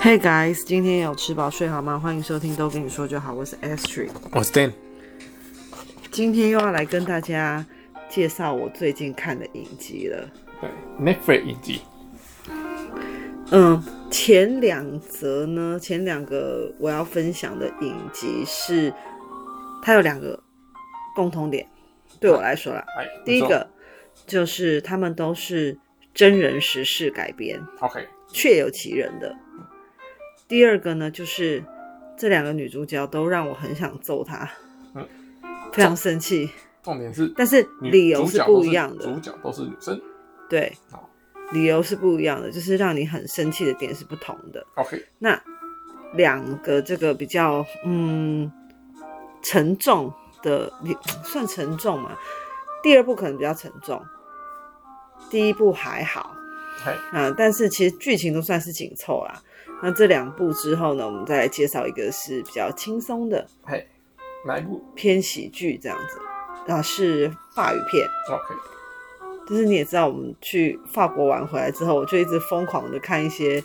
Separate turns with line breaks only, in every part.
Hey guys，今天有吃饱睡好吗？欢迎收听都跟你说就好，我是 Astrid，
我是 Dan，
今天又要来跟大家介绍我最近看的影集了。
对，Netflix 影集，
嗯，前两则呢，前两个我要分享的影集是，它有两个共同点，对我来说啦，
哎，
第一
你说
个就是他们都是真人实事改编，
，OK，
确有其人的。第二个呢，就是这两个女主角都让我很想揍她，
嗯
非常生气，
重点是
但是
女
理由
主角
不
都
一样的
主，角都是女生
对
好，
理由是不一样的，就是让你很生气的点是不同的。
，OK，
那两个这个比较嗯沉重的，你算沉重嘛？第二部可能比较沉重，第一部还好
嘿，
啊，但是其实剧情都算是紧凑啦。那这两部之后呢，我们再来介绍一个是比较轻松的，
嘿，哪一部
偏喜剧这样子，啊是法语片。
？OK，
就是你也知道，我们去法国玩回来之后，我就一直疯狂的看一些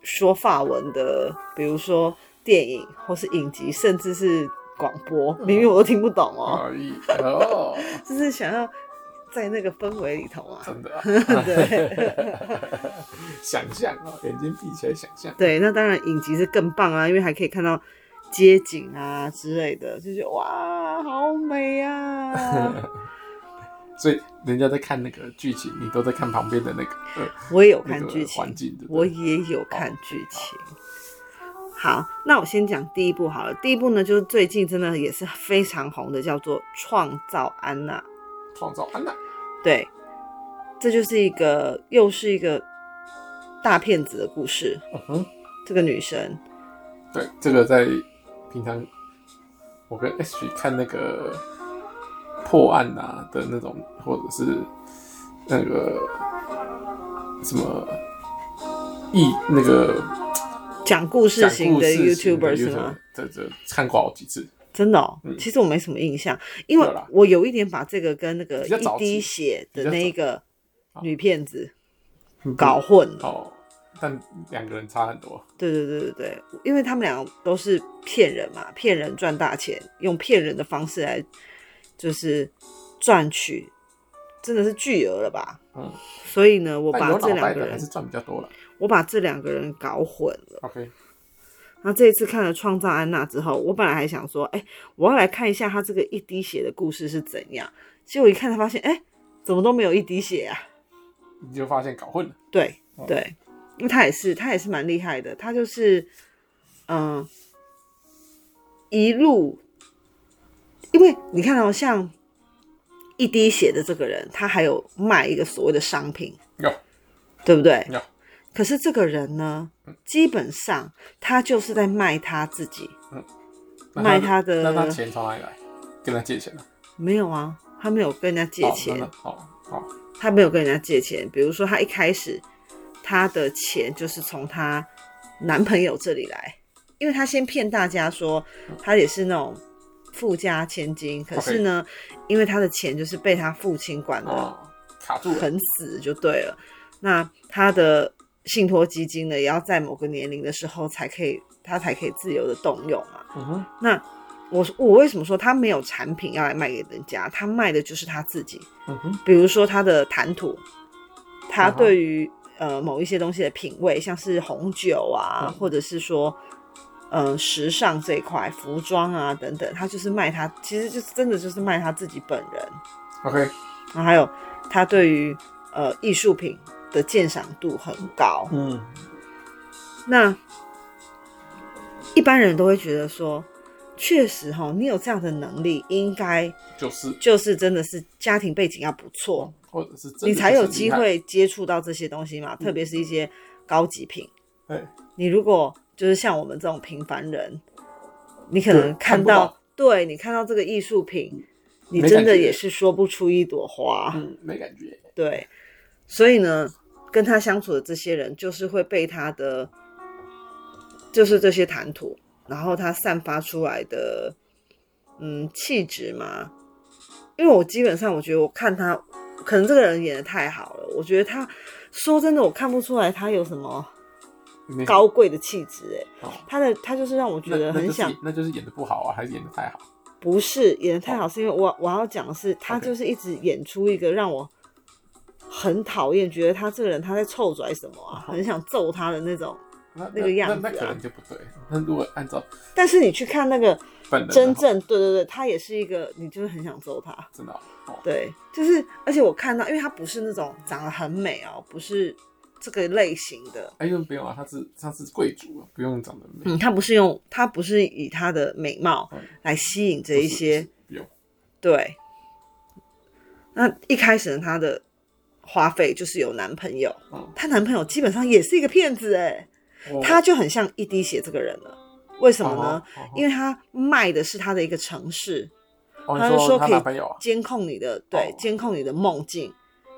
说法文的，比如说电影或是影集，甚至是广播，明明我都听不懂哦，
而已，哦，
就是想要在那个氛围里头啊。
真的啊，
对
想象啊，眼睛闭起来想象，
对，那当然影集是更棒啊，因为还可以看到街景啊之类的，就觉得哇，好美啊！
所以人家在看那个剧情，你都在看旁边的那个呃
我也有
那
看剧
个
情
环，境，对不
我
对
也有看剧情。好，那我先讲第一部好了。第一部呢，就是最近真的也是非常红的，叫做《创造安娜》。
创造安娜，
对，这就是一个又是一个大骗子的故事。
嗯哼，
这个女生，
对，这个在平常我跟 H 看那个破案啊的那种，或者是那个什么艺那个
讲故事
讲
型
故
的
事型
YouTuber
的
是吗
YouTuber，？这这看过好几次，
真的哦，
嗯
其实我没什么印象，因为
有啦
我有一点把这个跟那个
比较
一
早期
滴血的那一个
早
女骗子搞混了。
哦，但两个人差很多，
对对对对对，因为他们俩都是骗人嘛，骗人赚大钱，用骗人的方式来就是赚取，真的是巨额了吧？
嗯，
所以呢，我
但
把
有
这
脑
两
袋
个
的还
人
是，赚比较多了。
我把这两个人搞混了。
OK，
那这一次看了《创造安娜》之后，我本来还想说，哎，我要来看一下他这个一滴血的故事是怎样。结果一看，才发现，哎，怎么都没有一滴血啊！
你就发现搞混了，
对对，因为他也是他也是蛮厉害的，他就是嗯、呃一路，因为你看到、哦、像一滴血的这个人，他还有卖一个所谓的商品，
有
对不对？
有，
可是这个人呢，基本上他就是在卖他自己，
那
卖他的
那他钱从哪里来？跟他借钱了？
没有啊，他没有跟人家借
哦
钱，
好，好，好
他没有跟人家借钱。比如说，他一开始他的钱就是从他男朋友这里来，因为他先骗大家说他也是那种富家千金，可是呢因为他的钱就是被他父亲管的
哦，卡住了，
很死就对了。那他的信托基金呢，也要在某个年龄的时候才可以，他才可以自由的动用嘛。
嗯哼，
那我我为什么说他没有产品要来卖给人家？他卖的就是他自己。
嗯哼，
比如说他的谈吐，他
嗯哼
对于、呃某一些东西的品味，像是红酒啊，
嗯
或者是说呃时尚这一块、服装啊等等，他就是卖他，其实就是真的就是卖他自己本人。
OK，
然后还有他对于呃艺术品的鉴赏度很高，
嗯，
那一般人都会觉得说。确实哈、你有这样的能力，应该
就是，
就是真的是家庭背景要不错，
或者是真的
你才有
就是厉
机
害，嗯
会接触到这些东西嘛，特别是一些高级品。
对，
你如果就是像我们这种平凡人，你可
对
能
看
看
不
到，
懂
对你看到这个艺术品，你
没
真
感
的
觉
也是说不出一朵花。
嗯，没感觉，
对，所以呢，跟他相处的这些人，就是会被他的，就是这些谈吐，然后他散发出来的，嗯，气质嘛。因为我基本上，我觉得我看他，可能这个人演的太好了，我觉得他说真的，我看不出来他有什么
那
高贵的气质，哎，
哦
他的他就是让我觉
那
得
那
很
就是
想
演，那就是演的不好啊，还是演的太好？
不是演的太好，是因为我我要讲的是，他
哦 OK
就是一直演出一个让我很讨厌，觉得他这个人他在臭拽什么啊，
好
很想揍他的那种。
那
那个样子啊
那那可能就不对。那如果按照
但是你去看那个
本人的
真
话
正，对对对，他也是一个，你就是很想揍他。
真的哦哦，
对，就是，而且我看到，因为他不是那种长得很美哦，不是这个类型的。
哎，又不用啊，他是他是贵族啊，不用长得美，
嗯，他不是用，他不是以他的美貌
嗯
来吸引这
不是
一些，
不用。
对。那一开始呢，她的花费就是有男朋友，
嗯，
她男朋友基本上也是一个骗子哎，
哦
他就很像一滴血这个人了。为什么呢？？
哦哦
因为他卖的是他的一个城市，
哦，
他
你
就说
他
可
男朋友
以
啊，
监控你的，对
哦，
监控你的梦境，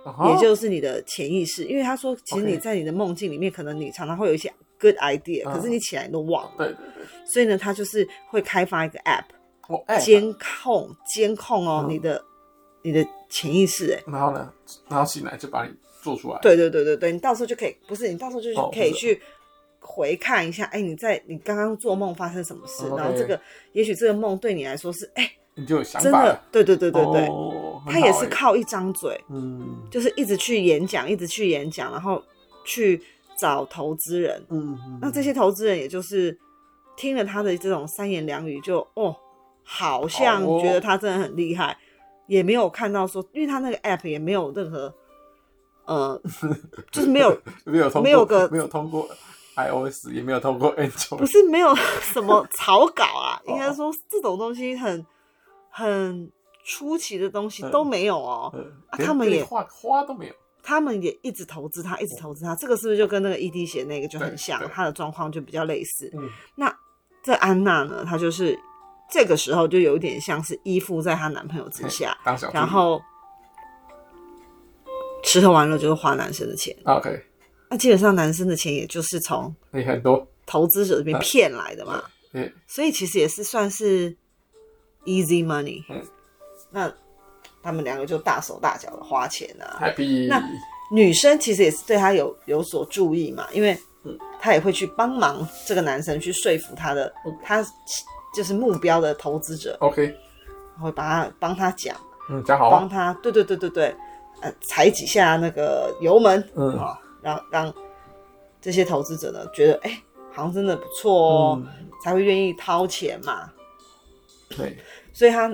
哦
也就是你的潜意识。因为他说，其实
OK
你在你的梦境里面，可能你常常会有一些 good idea，
嗯
可是你起来你都忘了。
对对对，
所以呢，他就是会开发一个 app，
我哎，
监控监控哦
嗯
你的你的潜意识，哎，
然后呢，然后醒来就把你做出来，，
对对对对对，你到时候就可以，不是你到时候就是
哦
可以
不是
去回看一下，哎、你在你刚刚做梦发生什么事，
哦
然后
OK
这个也许这个梦对你来说是哎、
你就有想
真
法
的
了，，
对对对对对，
哦
他也是，
很好哎
靠一张嘴，
嗯
就是一直去演讲，一直去演讲，然后去找投资人，
嗯，嗯
那这些投资人也就是听了他的这种三言两语就，哦，好像
哦
觉得他真的很厉害，也没有看到说，因为他那个 app 也没有任何。呃，就是没有
没有通过
没有个
没有通过 iOS，也没有通过 Android，
不是没有什么草稿啊，
哦
应该说这种东西很很出奇的东西
嗯
都没有哦。
嗯
啊
连
他们
连
也
画花都没有，
他们也一直投资他，一直投资他，这个是不是就跟那个 ED 写那个就很
对
像
对？
他的状况就比较类似。
嗯，
那这安娜呢，她就是这个时候就有点像是依附在她男朋友之下，
当小助理
然后吃喝玩乐就是花男生的钱，
啊 OK，
那基本上男生的钱也就是从
你很多，
投资者这边
嗯
骗来的嘛。
也
所以其实也是算是 easy money。
嗯
那他们两个就大手大脚的花钱啊。
happy，
那女生其实也是对他有有所注意嘛，因为
嗯
她也会去帮忙这个男生去说服他的
嗯，
他就是目标的投资者，
OK，
会帮他帮他讲，
嗯，讲好
帮
啊，
他，对对对对对，呃，踩几下那个油门
嗯
啊、让让这些投资者呢觉得，哎、好像真的不错哦，
嗯
才会愿意掏钱嘛。
对
所以他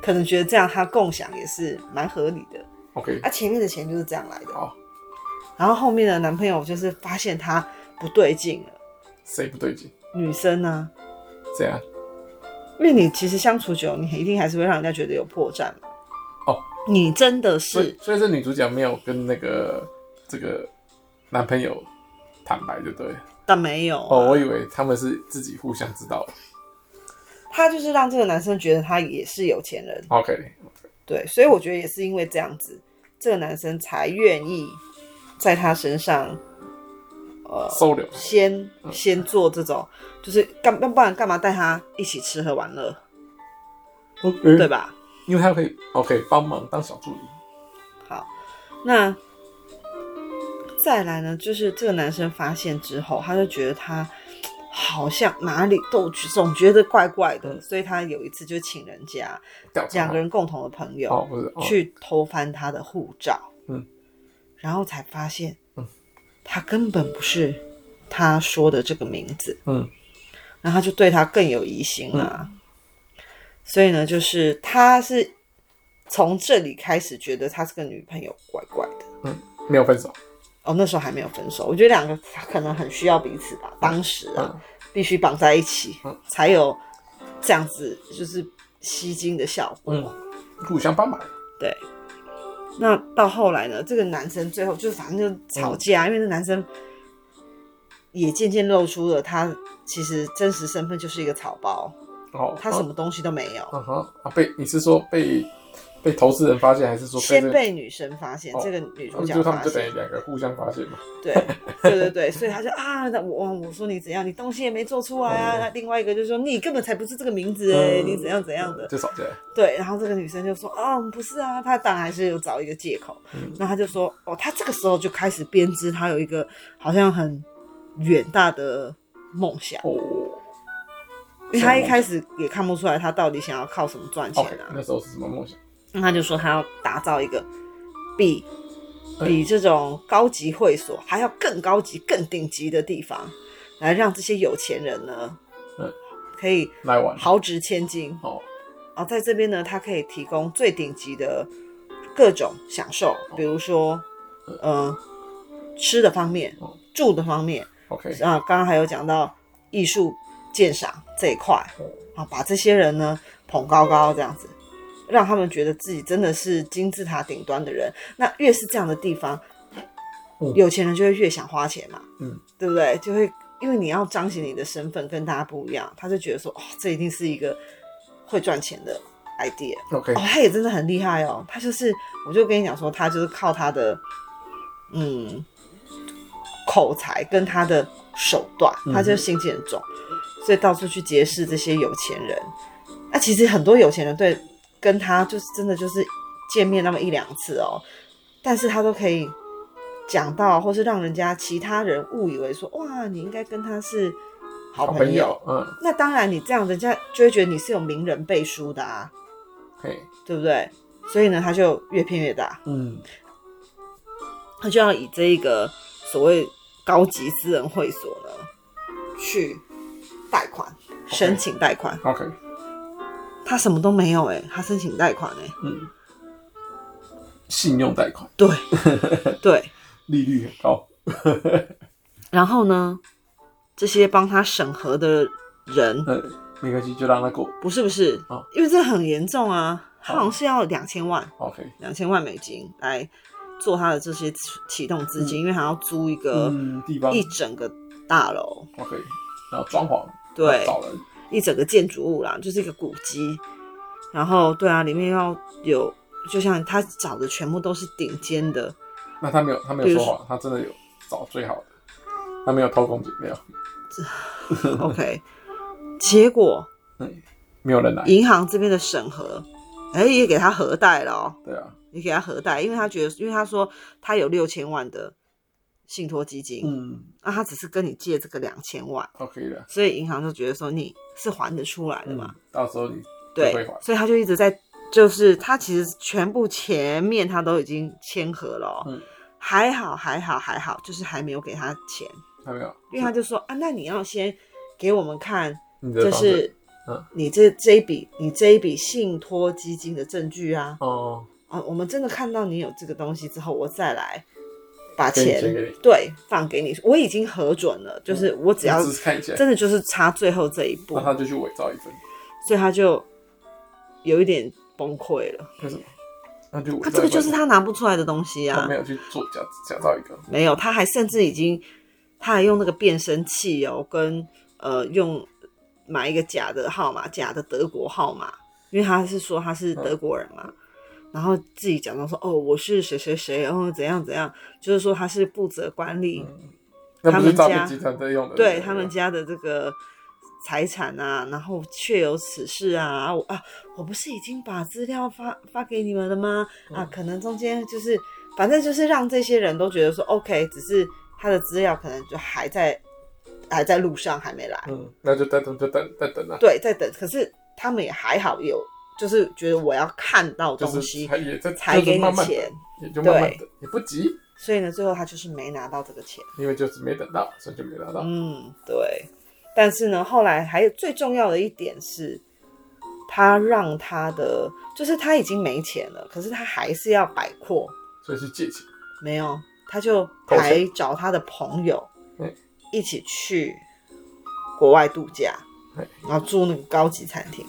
可能觉得这样他共享也是蛮合理的。
，OK，
啊，前面的钱就是这样来的，
好，
然后后面的男朋友就是发现他不对劲了，
谁不对劲？
女生呢、
这样
因为你其实相处久，你一定还是会让人家觉得有破绽嘛。
哦，
你真的
所以
是
所以这女主角没有跟那个这个男朋友坦白，就对了。
但没有、啊、
哦，我以为他们是自己互相知道。
他就是让这个男生觉得他也是有钱人，
OK，
对，所以我觉得也是因为这样子，这个男生才愿意在他身上
收留。
先先做这种，就是干要不然干嘛带他一起吃喝玩乐，
OK，
对
对，
吧？
因为他可以 OK 帮忙当小助理。
好，那再来呢，就是这个男生发现之后，他就觉得他好像哪里都总觉得怪怪的，
嗯
所以他有一次就请人家
调查
两个人共同的朋友、
哦，不是哦
去偷翻他的护照，
嗯，
然后才发现，
嗯
他根本不是他说的这个名字，
嗯
然后他就对他更有疑心了、所以呢，就是他是从这里开始觉得他这个女朋友怪怪的。
没有分手。
哦，那时候还没有分手，我觉得两个可能很需要彼此吧。当时啊，
嗯
必须绑在一起
嗯，
才有这样子就是吸睛的效果。
嗯，互相帮忙。
对。那到后来呢，这个男生最后就反正就吵
嗯
架，因为那男生也渐渐露出了他其实真实身份就是一个草包，
哦，
他什么东西都没有。
嗯？嗯哼啊，被你是说被被投资人发现，还是说
先
被
被女生发现，
哦
这个女
这
主
个
角
就他
发
们就等于
现，
两个互相发现嘛？
对对对对，所以他就啊，那我我说你怎样，你东西也没做出来啊。
嗯
那另外一个就说你根本才不是这个名字哎，
嗯
你怎样怎样的。
就吵架。
对，然后这个女生就说啊，不是啊，她当然还是有找一个借口。
嗯
那她就说哦，她这个时候就开始编织，她有一个好像很远大的梦想，
哦
因为他一开始也看不出来他到底想要靠什么赚钱
，OK，
啊。
那时候是什么梦想？
那他就说他要打造一个比
对
比这种高级会所还要更高级、更顶级的地方，来让这些有钱人呢
嗯，
可以
来玩。
豪值千金。
哦，
啊，在这边呢，它可以提供最顶级的各种享受，比如说，呃，吃的方面
哦、
住的方面，
OK，
啊，刚刚还有讲到艺术鉴赏这一块，啊，把这些人呢捧高高这样子，让他们觉得自己真的是金字塔顶端的人。那越是这样的地方
嗯，
有钱人就会越想花钱嘛，
嗯，
对不对？就会因为你要彰显你的身份跟大家不一样，他就觉得说，哦，这一定是一个会赚钱的 idea。
OK，
哦，他也真的很厉害哦。他就是，我就跟你讲说，他就是靠他的嗯口才跟他的手段，
嗯
他就心机很重，所以到处去结识这些有钱人。那、其实很多有钱人对跟他就是真的就是见面那么一两次哦，但是他都可以讲到，或是让人家其他人误以为说，哇，你应该跟他是好
好
朋
朋
友。
友，嗯，
那当然，你这样人家就会觉得你是有名人背书的啊。
嘿，
对不对？所以呢，他就越骗越大，
嗯，
他就要以这一个所谓高级私人会所呢去贷款，申请贷款。
OK，
他什么都没有哎、他申请贷款哎、
嗯，信用贷款
对对。
利率很高，
然后呢，这些帮他审核的人
嗯，没关系，就让他过。
不是不是
哦，
因为这很严重啊，他
哦
好像是要两千万
OK，
两千万美金来做他的这些启动资金，因为还要租一个
嗯，地方
一整个大楼。
OK，然后装潢，
对
找人，
一整个建筑物啦，就是一个古迹。然后，对啊，里面要有，就像他找的全部都是顶尖的，
那他没有，他没
比
有
如
说谎，他真的有找最好的，他没有偷工减料，
OK。结果
嗯，没有人来，
银行这边的审核，哎，也给他核贷了哦，
对啊，
也给他核贷，因为他觉得，因为他说他有六千万的信托基金，
嗯
那、他只是跟你借这个两千万，
，OK 的，
所以银行就觉得说你是还得出来的嘛，
嗯，到时候你
对
会还，
所以他就一直在，就是他其实全部前面他都已经签合了、哦，
嗯，
还好，还好，还好，就是还没有给他钱，
他没有，
因为他就说啊，那你要先给我们看，
你的
就
房子
是
嗯
你这这一笔你这一笔信托基金的证据啊，
哦，
啊，我们真的看到你有这个东西之后，我再来把
给你
钱
钱给你
对放给你，我已经核准了，就是我只要
只是看嗯一下，啊
真的就是差最后这一步
那，他就去伪造一份，
所以他就有一点崩溃了。
为什么？那就
他
伪造一份
这个就是他拿不出来的东西啊，
他没有去做假假造一个，
没有，他还甚至已经，他还用那个变声器哦，跟呃用买一个假的号码，假的德国号码，因为他是说他是德国人嘛，然后自己假装说哦我是谁谁谁，然、后怎样怎样，就是说他是负责管理、
那不是诈
他
骗
们家
集团在用的，
对他们家的这个财产啊，然后确有此事啊，我啊，我不是已经把资料发发给你们了吗？啊，
嗯
可能中间就是，反正就是让这些人都觉得说 OK，只是他的资料可能就还在还在路上，还没来，
嗯，那就再等，就等，再等啊，
对，在等，可是他们也还好有，就是觉得我要看到
就
东
是
西
他也在
才给你
慢慢等
钱，
也就慢慢
对
等，也不急，
所以呢，最后他就是没拿到这个钱。
因为就是没等到，所以就没拿到。
嗯，对。但是呢，后来还有最重要的一点是，他让他的就是他已经没钱了，可是他还是要摆阔，
所以去借钱。
没有，他就
投钱
还找他的朋友
嗯
一起去国外度假
嗯，
然后住那个高级餐厅。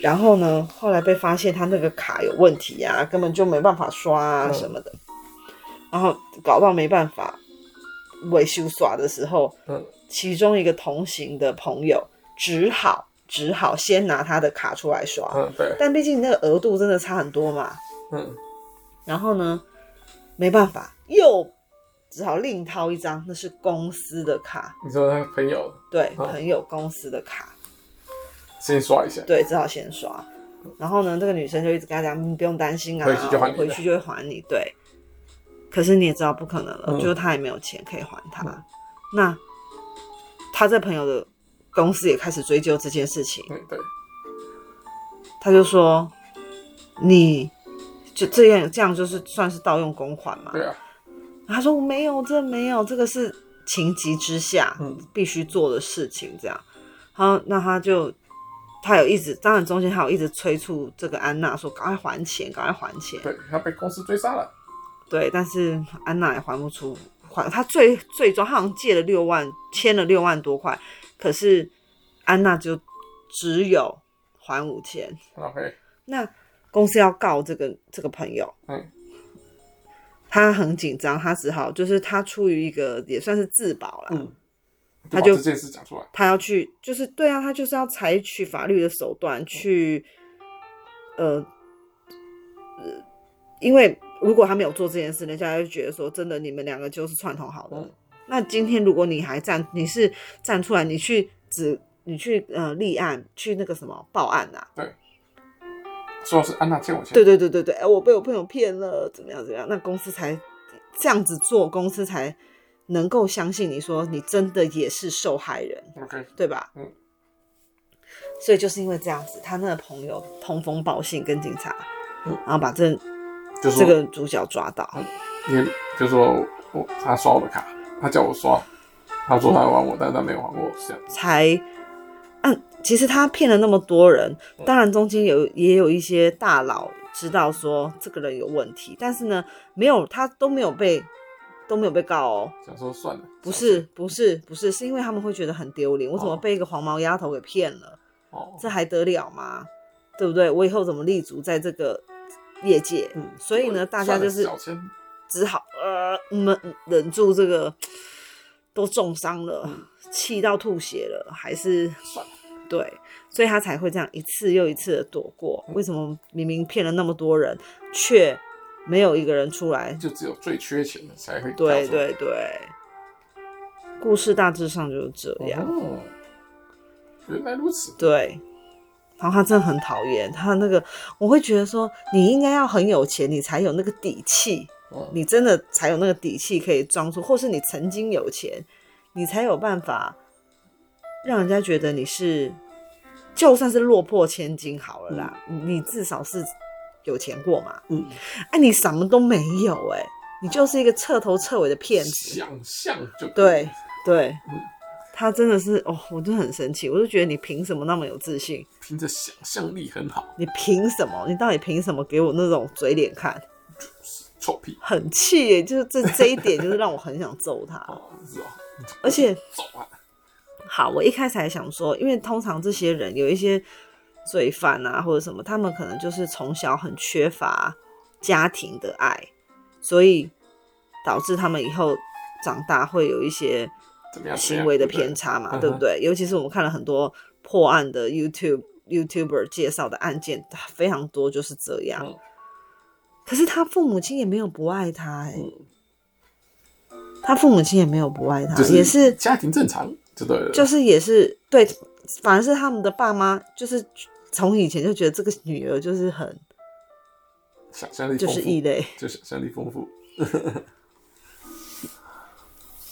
然后呢，后来被发现他那个卡有问题啊，根本就没办法刷啊
嗯
什么的，然后搞到没办法维修刷的时候，
嗯，
其中一个同行的朋友只好只好先拿他的卡出来刷，
嗯，对，
但毕竟那个额度真的差很多嘛，
嗯，
然后呢，没办法，又只好另掏一张，那是公司的卡，
你说他朋友
对，
哦
朋友公司的卡，
先刷一下，
对，只好先刷。然后呢，这个女生就一直跟他讲，嗯不用担心啊，
回去就还
我
你
回去就会还你，对。可是你也知道不可能了，
嗯
就是他也没有钱可以还他，那他这朋友的公司也开始追究这件事情，
对对，
他就说你就这样这样就是算是盗用公款嘛。
对啊，
他说我没有，这没有，这个是情急之下
嗯
必须做的事情，这样。然后那他就他有一直，当然中间还有一直催促这个安娜说赶快还钱，赶快还钱。
对他被公司追杀了，
对，但是安娜也还不出，还他最最终他好像借了六万，欠了六万多块，可是安娜就只有还五千。
然后嘿，
那公司要告这个这个朋友，
嗯，
他很紧张，他只好就是他出于一个也算是自保啦，
嗯，
他
把
就
这件事讲出来，
他要去就是对啊，他就是要采取法律的手段去，呃，呃因为如果他没有做这件事，人家就觉得说真的你们两个就是串通好的。
嗯
那今天如果你还站，你是站出来，你去指你去呃立案，去那个什么报案啊，
说是安娜欠我钱，
对对对对对，哎，我被我朋友骗了，怎么样怎么样？那公司才这样子做，公司才能够相信你说你真的也是受害人，
，OK，
对吧？
嗯。
所以就是因为这样子，他那个朋友通风报信跟警察，
嗯
然后把这
就说
这个主角抓到。
你就说我他刷我的卡，他叫我刷，他说他还我，但是他没有还我，这样
才，嗯，其实他骗了那么多人，当然中间有也有一些大佬知道说这个人有问题，但是呢，没有他都没有被都没有被告哦，
想说算了，
不是不是不是，是因为他们会觉得很丢脸，我怎么
哦
被一个黄毛丫头给骗了？
哦，
这还得了吗？对不对？我以后怎么立足在这个业界？
嗯
所以呢，大家就是
算了小钱，
只好呃忍忍住这个，都重伤了，气到吐血了，还是
嗯算了，
对，所以他才会这样一次又一次的躲过。
嗯
为什么明明骗了那么多人，却没有一个人出来？
就只有最缺钱的才会
对
跳出来
对，对，故事大致上就是这样。
哦，原来如此，
对，然后他真的很讨厌他那个，我会觉得说你应该要很有钱，你才有那个底气，
哦，
你真的才有那个底气可以装出，或是你曾经有钱，你才有办法让人家觉得你是，就算是落魄千金好了啦，你你至少是有钱过嘛。
嗯，
哎、你什么都没有哎、你就是一个彻头彻尾的骗子。
想象就可以
对对
嗯，
他真的是哦，我真的很生气，我就觉得你凭什么那么有自信？
凭着想象力很好，
你凭什么？你到底凭什么给我那种嘴脸看？
臭屁
很气耶！就是这这一点，就是让我很想揍他。
哦，是哦，
而且，
走啊，
好，我一开始还想说，因为通常这些人有一些罪犯啊或者什么，他们可能就是从小很缺乏家庭的爱，所以导致他们以后长大会有一些
怎么样？
行为的偏
差，
差嘛，
嗯哼
对不对？尤其是我们看了很多破案的 YouTube YouTuber 介绍的案件，啊非常多就是这样。
嗯
可是他父母亲也没有不爱他、欸，
嗯
他父母亲也没有不爱他，
就是
也是
家庭正常，就对了，
就是也是对，反而是他们的爸妈就是从以前就觉得这个女儿就是很
想象力
就
丰
是
富，
异类，
就想象力丰富，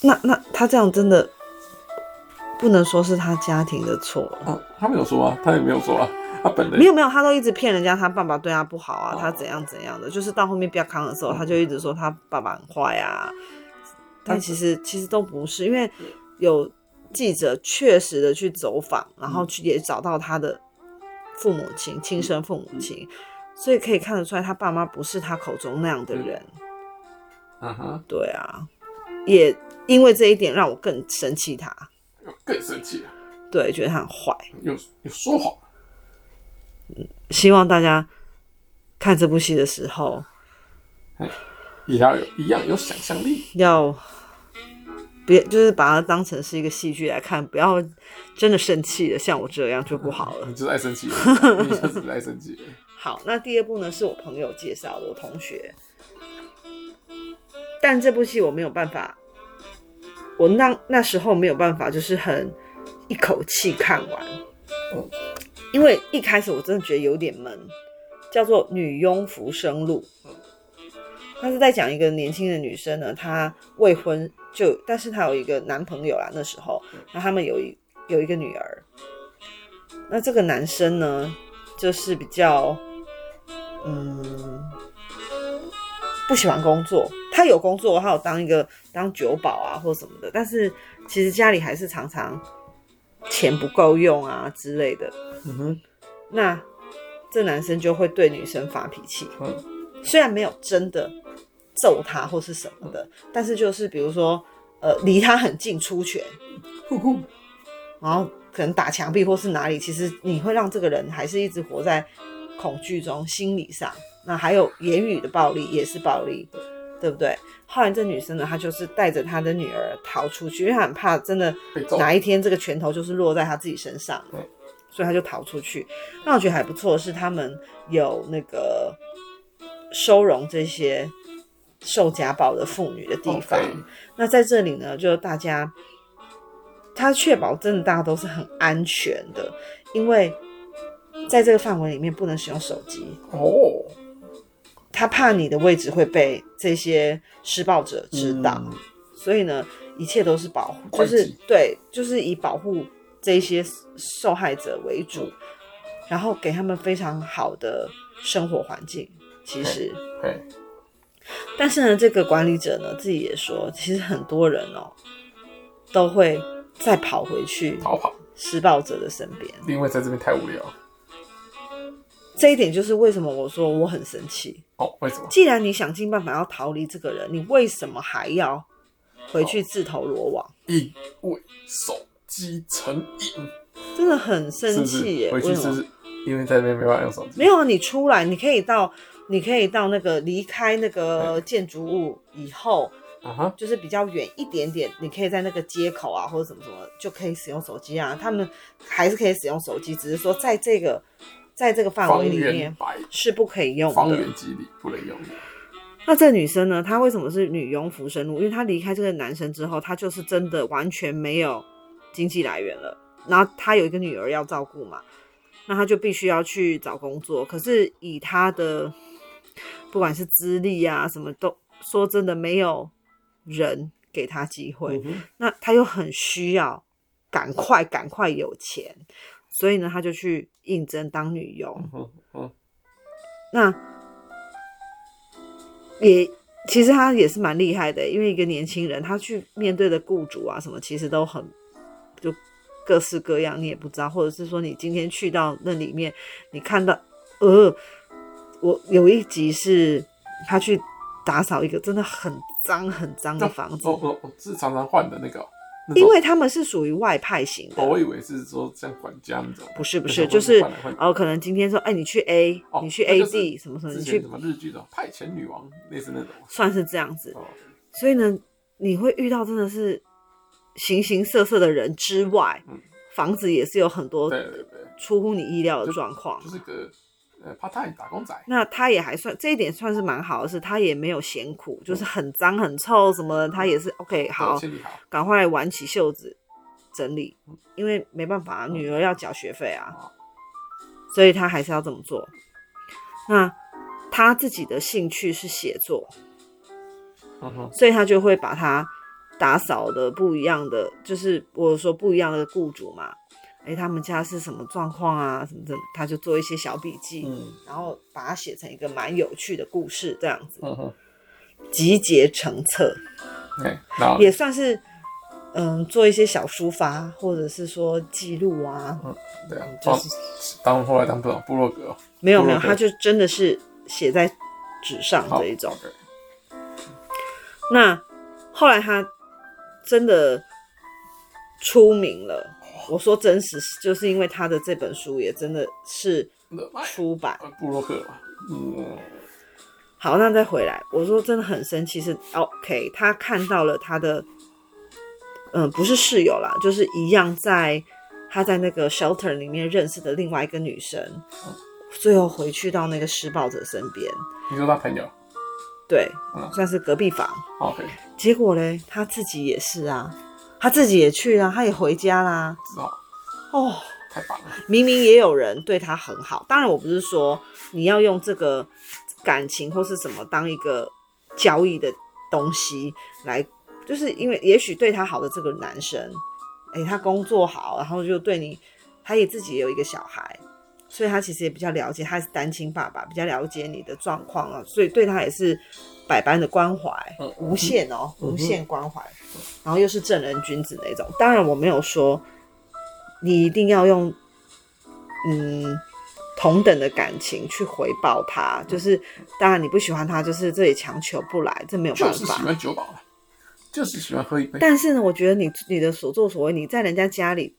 那那他这样真的不能说是他家庭的错，
啊，他没有说啊，他也没有说啊，他本人
没有没有，他都一直骗人家他爸爸对他不好啊，
哦
他怎样怎样的，就是到后面不要康的时候，
嗯
他就一直说他爸爸很坏啊。但
嗯
其实其实都不是，因为有记者确实的去走访，然后去也找到他的父母亲，亲生父母亲，所以可以看得出来，他爸妈不是他口中那样的人。
嗯哼，
对啊，也因为这一点让我更生气他，
又更生气了，
对，觉得他很坏。
又又说谎，
希望大家看这部戏的时候，
也要有一样有想象力，
要别就是把它当成是一个戏剧来看，不要真的生气了，像我这样就不好了
你。就是爱生气， 你就是爱生气，
好，那第二部呢是我朋友介绍的，我同学，但这部戏我没有办法，我那那时候没有办法，就是很一口气看完
嗯，
因为一开始我真的觉得有点闷，叫做《女佣浮生录》。他是在讲一个年轻的女生呢，她未婚就，但是她有一个男朋友啦，那时候，然后他们有一有一个女儿。那这个男生呢，就是比较，嗯，不喜欢工作。他有工作，他有当一个当酒保啊或什么的，但是其实家里还是常常钱不够用啊之类的。
嗯哼，
那这男生就会对女生发脾气。
嗯
虽然没有真的揍他或是什么的，但是就是比如说，呃，离他很近出拳，
呼呼，
然后可能打墙壁或是哪里，其实你会让这个人还是一直活在恐惧中，心理上。那还有言语的暴力也是暴力，对不对？后来这女生呢，她就是带着她的女儿逃出去，因为她很怕真的
被揍
哪一天这个拳头就是落在她自己身上
对，
所以她就逃出去。那我觉得还不错，是他们有那个收容这些受家暴的妇女的地方。
OK
那在这里呢，就大家，他确保真的大家都是很安全的，因为在这个范围里面不能使用手机，
哦，
他怕你的位置会被这些施暴者知道，
嗯
所以呢，一切都是保护，就
会计
是对，就是以保护这些受害者为主，然后给他们非常好的生活环境。其实，
嘿，
但是呢，这个管理者呢自己也说，其实很多人哦都会再跑回去
逃跑，
施暴者的身边。
因为在这边太无聊。
这一点就是为什么我说我很生气。
哦，为什么？
既然你想尽办法要逃离这个人，你为什么还要回去自投罗网？
因为手机成瘾，
真的很
是
生
不
气
是？
耶！
回去
为
是
什
不
么？
是因为在这边没办法用手机？
没有啊，你出来，你可以到，你可以到那个离开那个建筑物以后，
啊哈，
就是比较远一点点，你可以在那个街口啊，或者什么什么，就可以使用手机啊。他们还是可以使用手机，只是说在这个在这个范
方
围里
圆
面
百，
是不可以用
方
的。
圆几里不能用。
那这女生呢？她为什么是女佣浮生路？因为她离开这个男生之后，她就是真的完全没有经济来源了。然后她有一个女儿要照顾嘛，那她就必须要去找工作。可是以她的不管是资历啊什么都，说真的没有人给她机会。
嗯哼
那他又很需要赶快赶快有钱，所以呢，他就去应征当女佣
嗯。哼嗯
那也其实他也是蛮厉害的，因为一个年轻人，他去面对的雇主啊什么，其实都很就各式各样，你也不知道，或者是说你今天去到那里面，你看到呃，我有一集是他去打扫一个真的很脏很脏的房子
哦，哦哦，是常常换的那个哦，那种
因为他们是属于外派型的
哦，，我以为是说像管家那种，
不是不
那
是，
种
就是
换来换去
哦，可能今天说，哎，你去 A，、
哦
你去
那
A
就是
D 什么什么，
之
你
前
去
什么日剧的哦派遣女王，类似那种。
算是这样子。
哦，
所以呢，你会遇到真的是形形色色的人之外，
嗯
房子也是有很多
对对对，
出乎你意料的状况
就。是个呃 part time 打工仔，
那他也还算这一点算是蛮好的是，他也没有嫌苦，就是
嗯
很脏很臭什么的，他也是 OK 好
对，千里好
赶快挽起袖子整理，因为没办法，啊女儿要缴学费啊，所以他还是要这么做。那他自己的兴趣是写作，
嗯哼，
所以他就会把它打扫的不一样的，就是我说不一样的雇主嘛，诶，他们家是什么状况啊，什么的，他就做一些小笔记，
嗯
然后把它写成一个蛮有趣的故事，这样子
嗯哼，
集结成册。
哎，那
嗯也算是嗯做一些小抒发，或者是说记录啊，
对啊，
就
当
是
当后来当不了部落格哦，
没有没有，
部落格
他就真的是写在纸上
好
这一种。
对
那后来他真的出名了，我说真实就是因为他的这本书也真的是
热卖
出版。
呃部落格嘛，嗯，
好，那再回来，我说真的很生气，是 OK，他看到了他的，嗯，不是室友啦，就是一样在他在那个 shelter 里面认识的另外一个女生，最后回去到那个施暴者身边，
你说他朋友
对
嗯，
算是隔壁房。
，OK，
结果嘞，他自己也是啊，他自己也去啦，他也回家啦，
知道，
哦，
太棒了，
明明也有人对他很好，当然我不是说你要用这个感情或是什么当一个交易的东西来，就是因为也许对他好的这个男生，哎、他工作好，然后就对你，他也自己也有一个小孩，所以他其实也比较了解，他是单亲爸爸，比较了解你的状况啊，所以对他也是百般的关怀，
嗯
无限哦，
嗯哼
无限关怀，然后又是正人君子那种。当然，我没有说你一定要用嗯同等的感情去回报他，就是当然你不喜欢他，就是这也强求不来，这没有
就
办
是
法
喜。欢酒保啊，就是喜欢喝一杯。
但是呢，我觉得你你的所作所为，你在人家家里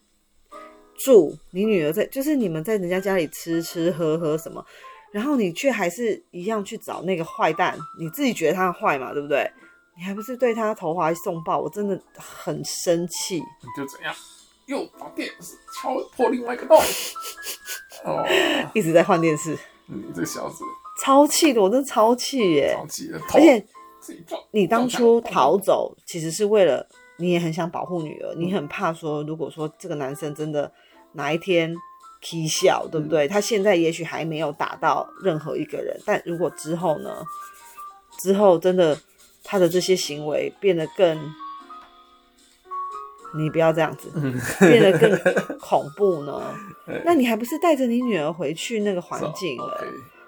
住，你女儿在，就是你们在人家家里吃吃喝喝什么，然后你却还是一样去找那个坏蛋，你自己觉得他坏嘛，对不对？你还不是对他投怀送抱？我真的很生气。
你就怎样，又把电视敲破另外一个洞。哦，
一直在换电视，
你这个小子
超气的，我真的超气耶！
着急了，头
而且
自己撞。
你当初
撞墙
逃走，其实是为了你也很想保护女儿，你很怕说，如果说这个男生真的哪一天踢笑，对不对？他现在也许还没有打到任何一个人，但如果之后呢？之后真的他的这些行为变得更，你不要这样子，
嗯，
变得更恐怖呢？
哎
那你还不是带着你女儿回去那个环
是哦
境了？
OK，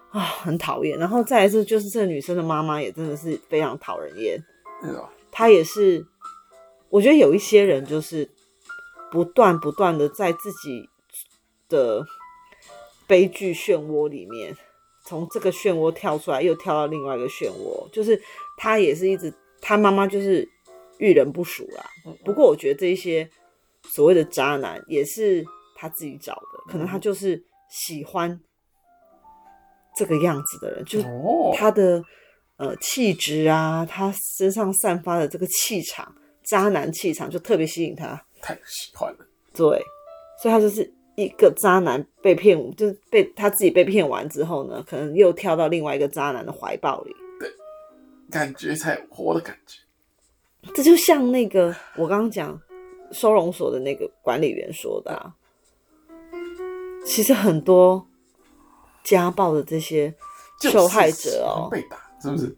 啊，很讨厌。然后再来是，就是这个女生的妈妈也真的是非常讨人厌，
那种
她也是，我觉得有一些人就是不断不断的在自己的悲剧漩涡里面，从这个漩涡跳出来，又跳到另外一个漩涡，就是她也是一直，她妈妈就是遇人不淑啦。不过我觉得这一些所谓的渣男也是他自己找的，可能他就是喜欢这个样子的人，就是
哦，
他的呃气质啊，他身上散发的这个气场，渣男气场就特别吸引他。
太喜欢了，
对，所以他就是一个渣男被骗，就是被他自己被骗完之后呢，可能又跳到另外一个渣男的怀抱里。
感觉才有活的感觉。
这就像那个我刚刚讲收容所的那个管理员说的、啊，其实很多家暴的这些
就是
受害者
喜
哦
欢，被打是不是？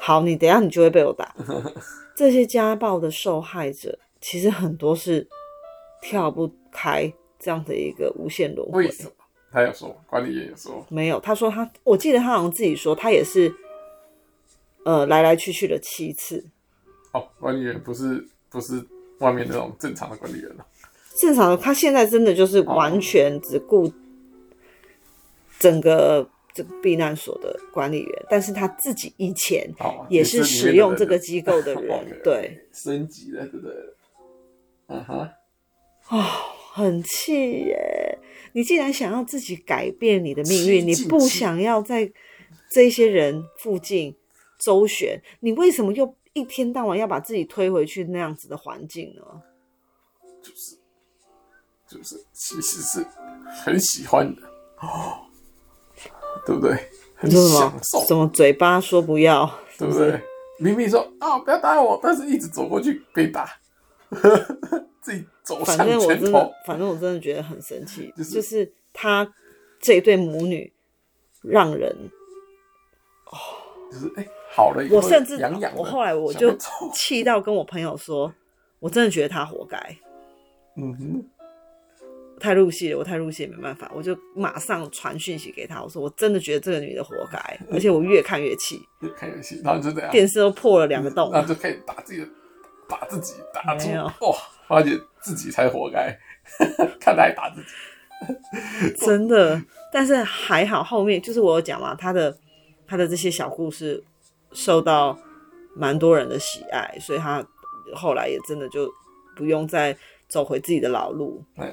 好，你等一下你就会被我打。 这些家暴的受害者其实很多是跳不开这样的一个无限轮回
为。什么？他有说，管理员有说，
没有，他说他，我记得他好像自己说他也是，呃，来来去去了七次。
哦，管理员不是不是外面那种正常的管理员了，
正常的，他现在真的就是
哦
完全只顾整个这个避难所的管理员，但是他自己以前
哦，
也是
是里面
使
的
用
人
这个机构 的
哦
人，对，，
升级了，对不对？嗯哼，
很气耶！你既然想要自己改变你的命
气
运，你
进
不
气
想要在这些人附近周旋，你为什么又一天到晚要把自己推回去那样子的环境呢？
就是就是，其实是很喜欢的哦，对不对？很
你说什么
享？受，
什么嘴巴说不 要，
对不对？明明说啊、不要打我，但是一直走过去被打， 自己 走
反
向
正我
拳
真
头
的，，反正我真的觉得很生气，
就是
就是他这对母女让人，
就是哎，好了以后，
我甚至
痒痒的，
我后来我
想
就
要走
气到跟我朋友说，我真的觉得他活该，
嗯哼，
太入戏了，我太入戏没办法，我就马上传讯息给他，我说我真的觉得这个女的活 该，而且我越看越气，
就开游戏，然后就这样，
电视都破了两个洞，
然后就开始打自己的，打自己，打出
没有
哇，发觉自己才活该， 看来打自己，
真的。但是还好，后面就是我有讲嘛，他的他的这些小故事受到蛮多人的喜爱，所以他后来也真的就不用再走回自己的老路，
哎，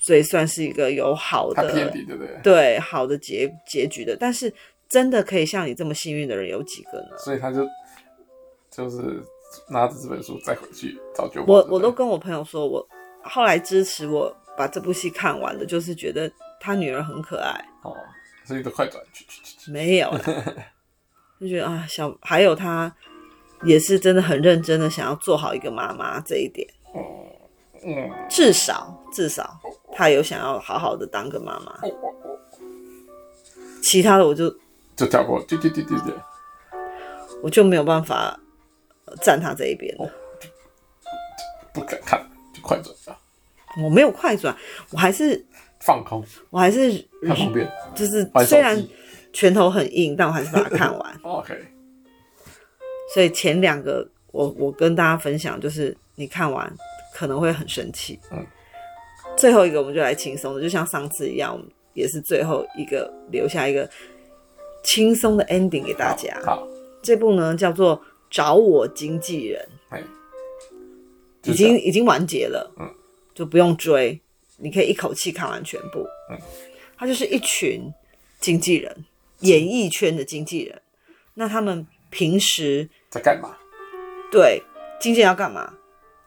所以算是一个有好
他偏
的
底，对不对？
对好的结结局的。但是真的可以像你这么幸运的人有几个呢？
所以他就就是拿着这本书再回去找酒保。
我
对不
我
对
都跟我朋友说，我后来支持我把这部戏看完的，就是觉得他女儿很可爱，
哦，所以都快转去去去去，
没 有啦，就觉得啊，小还有他也是真的很认真的想要做好一个妈妈这一点，
嗯，
至少至少他有想要好好的当个妈妈，
哦哦哦，
其他的我就
就跳过，对对对对对，
我就没有办法呃站他这一边
哦
了。
不敢看，就快转吧，
我没有快转，我还是
放空，
我还是
看旁边。
就是
玩手机。
虽然拳头很硬，但我还是把它看完
OK， 哦
所以前两个我我跟大家分享，就是你看完可能会很生气。
嗯，
最后一个我们就来轻松的，就像上次一样，我们也是最后一个留下一个轻松的 ending 给大家。
好，好
这部呢叫做《找我经纪人
哎，》，就
已
这样
经已经完结了，
嗯，
就不用追，你可以一口气看完全部。
嗯，
他就是一群经纪人，演艺圈的经纪人。那他们平时
在干嘛？
对经纪人要干嘛？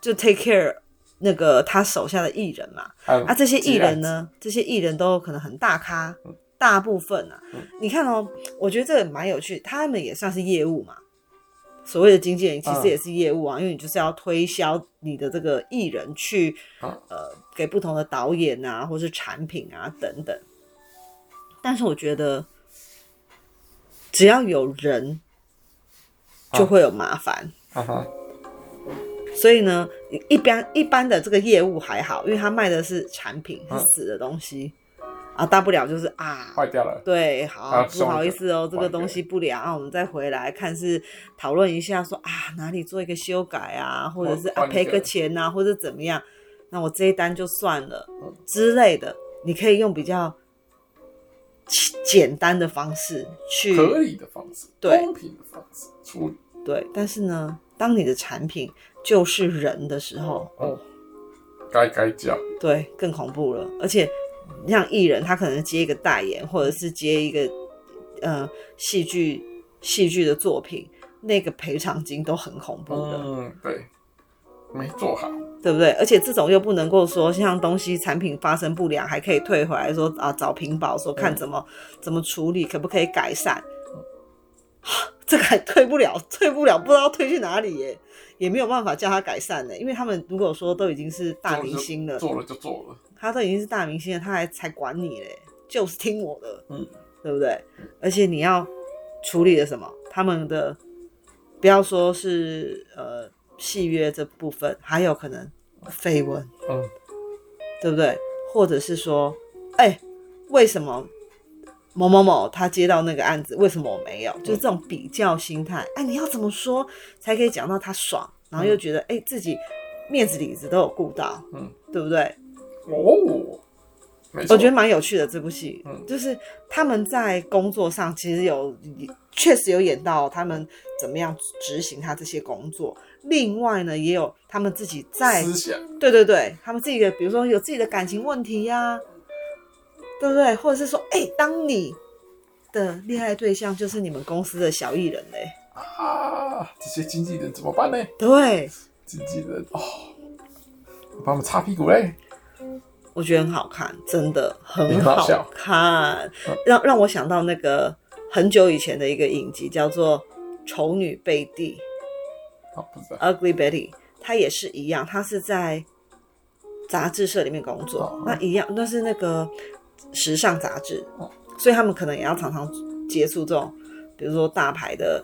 就 take care 那个他手下的艺人嘛。
还有
啊，这些艺人
接案
呢，这些艺人都可能很大咖，大部分啊，你看哦，我觉得这个蛮有趣，他们也算是业务嘛。所谓的经纪人其实
嗯
也是业务啊，因为你就是要推销你的这个艺人去，
嗯
呃，给不同的导演啊，或是产品啊等等。但是我觉得，只要有人，就
嗯
会有麻烦。
子？啊哈，
所以呢，一般一般的这个业务还好，因为他卖的是产品，是
嗯
死的东西、啊，大不了就是啊，
坏掉了，
对，好、
啊
不好意思哦，这
送一
个
个
东西不良啊，我们再回来看是讨论一下说啊哪里做一个修改啊，或者是啊
哦换一个
赔个钱啊，或者怎么样，那我这一单就算了
嗯
之类的，你可以用比较简简单的方式去
合理的方式，
对
公平的方式处理。
对，但是呢，当你的产品就是人的时候，
哦，该该叫，
对，更恐怖了。而且像艺人，他可能接一个代言，或者是接一个呃戏剧戏剧的作品，那个赔偿金都很恐怖的，
嗯，对，没做好，
对不对？而且这种又不能够说像东西产品发生不良还可以退回来说啊找屏保说看
嗯
怎么、怎么处理，可不可以改善？这个还退不了，退不了，不知道退去哪里耶，也没有办法叫他改善呢，因为他们如果说都已经是大明星了，
做了就做了，
他都已经是大明星了，他还才管你嘞，就是听我的，
嗯，
对不对？而且你要处理的什么，他们的不要说是呃契约这部分，还有可能绯闻，
嗯，
对不对？或者是说，哎、为什么某某某他接到那个案子，为什么我没有？
嗯
就是这种比较心态，哎，你要怎么说才可以讲到他爽，然后又觉得哎、自己面子里子都有顾到，
嗯，
对不对？
哦，没错，
我觉得蛮有趣的这部戏，
嗯
就是他们在工作上其实有确实有演到他们怎么样执行他这些工作，另外呢也有他们自己在
思想
对对对，他们自己的比如说有自己的感情问题呀、对不对？或者是说，哎、当你的恋爱对象就是你们公司的小艺人嘞、
啊，这些经纪人怎么办呢？
对
经纪人哦，我帮他们擦屁股嘞，
我觉得很好看，真的很
很好
好
笑
看
嗯，
让让我想到那个很久以前的一个影集，叫做《丑女贝蒂
啊，不知道，》
（Ugly Betty），她也是一样，她是在杂志社里面工作
哦，
那一样，那是那个时尚杂志
哦，
所以他们可能也要常常接触这种，比如说大牌的。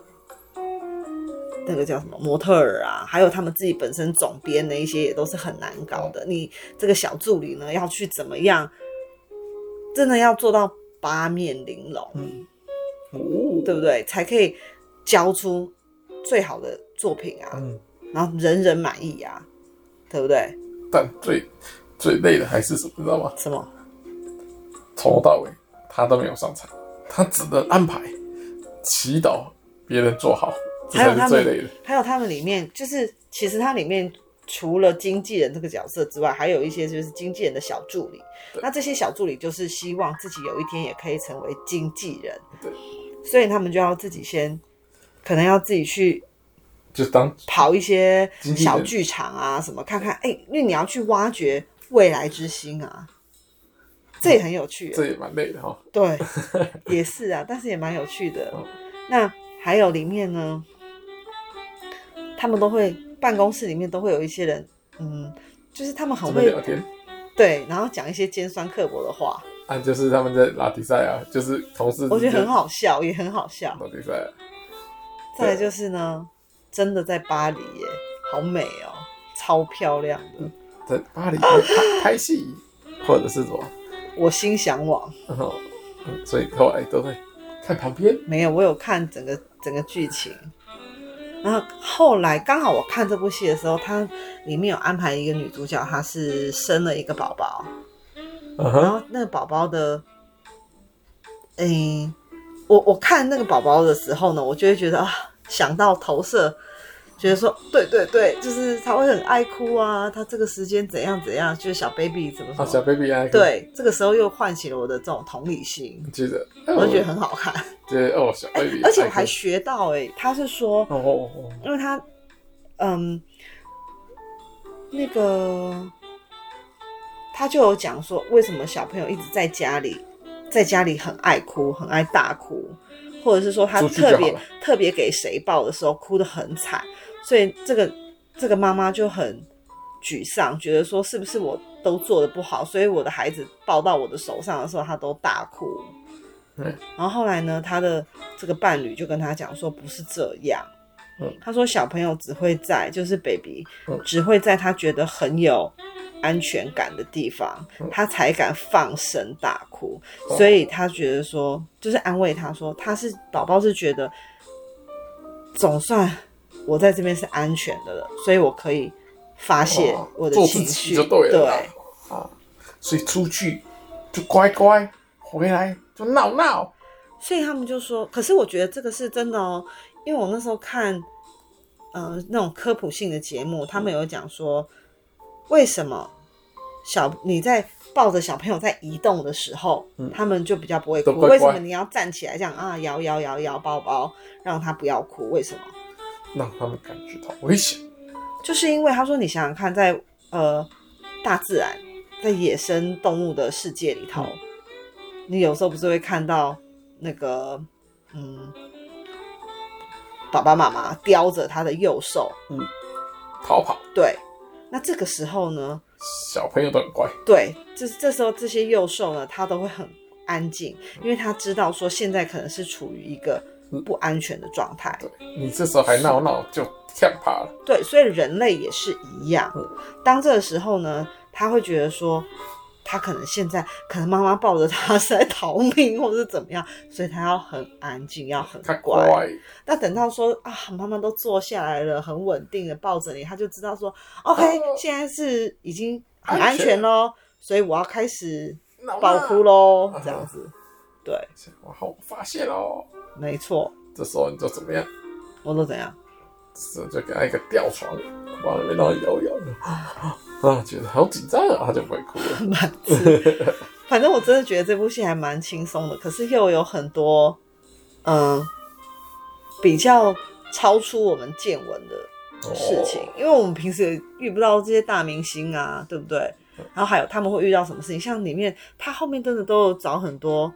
那个叫什么模特儿啊，还有他们自己本身总编的一些也都是很难搞
哦
的。你这个小助理呢，要去怎么样，真的要做到八面玲珑，
嗯，哦，
对不对？才可以交出最好的作品啊，
嗯，
然后人人满意啊，对不对？
但最最累的还是什么，你知道吗？
什么？
从头到尾他都没有上场，他只能安排祈祷别人做好，这
还有
才
他
是最累
们
的。，
还有他们里面，就是其实它里面除了经纪人这个角色之外，还有一些就是经纪人的小助理。
对
那这些小助理就是希望自己有一天也可以成为经纪人，
对，
所以他们就要自己先，可能要自己去
就当
跑一些
经纪人
小剧场啊，什么看看，哎、因为你要去挖掘未来之星啊，这也很有趣、啊
这也蛮累的哈、
对，也是啊，但是也蛮有趣的
嗯。
那还有里面呢，他们都会办公室里面都会有一些人，嗯，就是他们很
怎么
会
聊天？
对，然后讲一些尖酸刻薄的话，
啊，就是他们在拉比赛啊，就是同事之间
我觉得很好笑，也很好笑。
拉比赛啊、
再来就是呢，真的在巴黎耶，好美哦，超漂亮的，
在巴黎拍拍拍戏，或者是什么，
我心向往。
然后，嗯所以后来都会看旁边，
没有，我有看整个整个剧情。然后后来刚好我看这部戏的时候，它里面有安排一个女主角，她是生了一个宝宝，
嗯
然
哼，
后那个宝宝的，诶、我我看那个宝宝的时候呢，我就会觉得啊，想到投射，觉得说对对对，就是他会很爱哭啊，他这个时间怎样怎样，就是小 baby 怎么
啊，
怎
小
么，
baby 啊，，
对，这个时候又唤起了我的这种同理心，
觉得，
我就觉得
哦
很好看，
对哦，小 baby，
而且我
爱
还
哭
学到诶、他是说，
哦哦哦，
因为他，嗯，那个他就有讲说，为什么小朋友一直在家里，在家里很爱哭，很爱大哭，或者是说他
出去就
特
好
别
了
特别给谁抱的时候哭得很惨，所以这个这个妈妈就很沮丧，觉得说是不是我都做的不好，所以我的孩子抱到我的手上的时候，他都大哭。
嗯
然后后来呢，他的这个伴侣就跟他讲说，不是这样。
嗯
他说小朋友只会在，就是 baby，、
嗯
只会在他觉得很有安全感的地方，
嗯
他才敢放声大哭。
哦
所以他觉得说，就是安慰他说，他是宝宝是觉得，总算我在这边是安全的了，所以我可以发泄
哦
我的
做自
情绪。
己就对了啦，啊，所以出去就乖乖，回来就闹闹，
所以他们就说，可是我觉得这个是真的哦，因为我那时候看，呃，那种科普性的节
嗯
目，他们有讲说，为什么小你在抱着小朋友在移动的时候，
嗯
他们就比较不会
都
哭？
乖乖
为什么你要站起来这样啊，摇摇摇摇抱抱，让他不要哭？为什么？
让他们感觉到危险。
就是因为他说，你想想看，在呃大自然，在野生动物的世界里头，
嗯
你有时候不是会看到那个嗯，爸爸妈妈叼着他的幼兽，
逃跑，
对，那这个时候呢，
小朋友都很乖，
对，这这时候这些幼兽呢，它都会很安静，因为它知道说现在可能是处于一个不安全的状态。
对你这时候还闹闹就跳怕了，
对，所以人类也是一样
嗯。
当这个时候呢，他会觉得说，他可能现在可能妈妈抱着他 是在逃命，或是怎么样，所以他要很安静，要很
他
乖。
乖，
那等到说啊，妈妈都坐下来了，很稳定的抱着你，他就知道说，OK，、
哦
现在是已经很
安
安
全
全喽，所以我要开始
闹
爆
闹
哭，喽
啊，
这样子。对，
然后发现喽，
没错，
这时候你就怎么样？
我都怎样？
这时候就给他一个吊床，往那边让他摇摇，啊，觉得好紧张啊，他就不会哭了。
蛮刺。反正我真的觉得这部戏还蛮轻松的，可是又有很多嗯、比较超出我们见闻的
哦
事情，因为我们平时也遇不到这些大明星啊，对不对？然后还有他们会遇到什么事情，像里面他后面真的都有找很多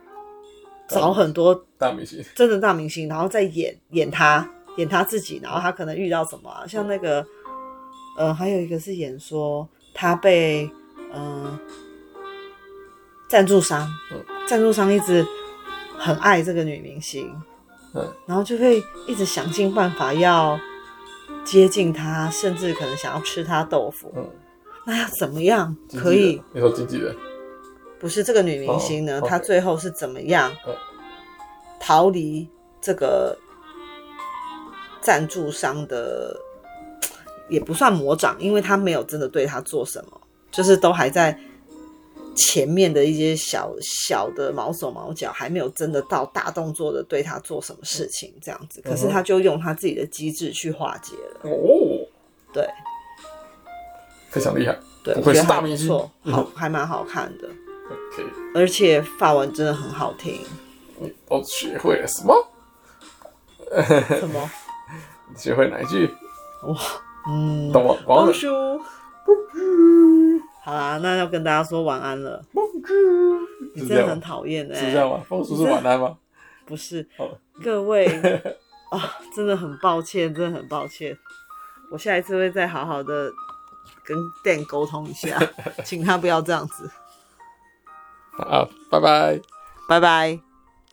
找很多
大明星，
真的大明星，然后再演演他演他自己，然后他可能遇到什么啊、像那个呃，还有一个是演说他被呃赞助商
嗯，
赞助商一直很爱这个女明星，
嗯，
然后就会一直想尽办法要接近她，甚至可能想要吃她豆腐。
嗯
那要怎么样
经纪人
可以？
你说经纪人，
不是这个女明星呢，
哦，OK
她最后是怎么样
嗯
逃离这个赞助商的，也不算魔掌，因为她没有真的对她做什么，就是都还在前面的一些小小的毛手毛脚，还没有真的到大动作的对她做什么事情这样
嗯
子。可是她就用她自己的机制去化解了，
哦，
对
非常厉害
对，
不
我
愧
觉
是
得还
大明
不
星
错，
嗯
好还蛮好看的，
，OK，
而且法文真的很好 听，
你都学会了什么？
什么？
你学会哪一句？
哇，嗯，
懂吗？王
公
了，
叔，好啦，那要跟大家说晚安了。
是
你真
这
的
样
很
吗？
讨厌
是这样
哎，
吗？风叔是晚安吗？
不是
哦，
各 位啊，真的很抱歉，真的很抱歉。我下一次会再好好的跟 Dan 沟通一 下，请他不要这样子。
啊好，拜拜。
拜拜。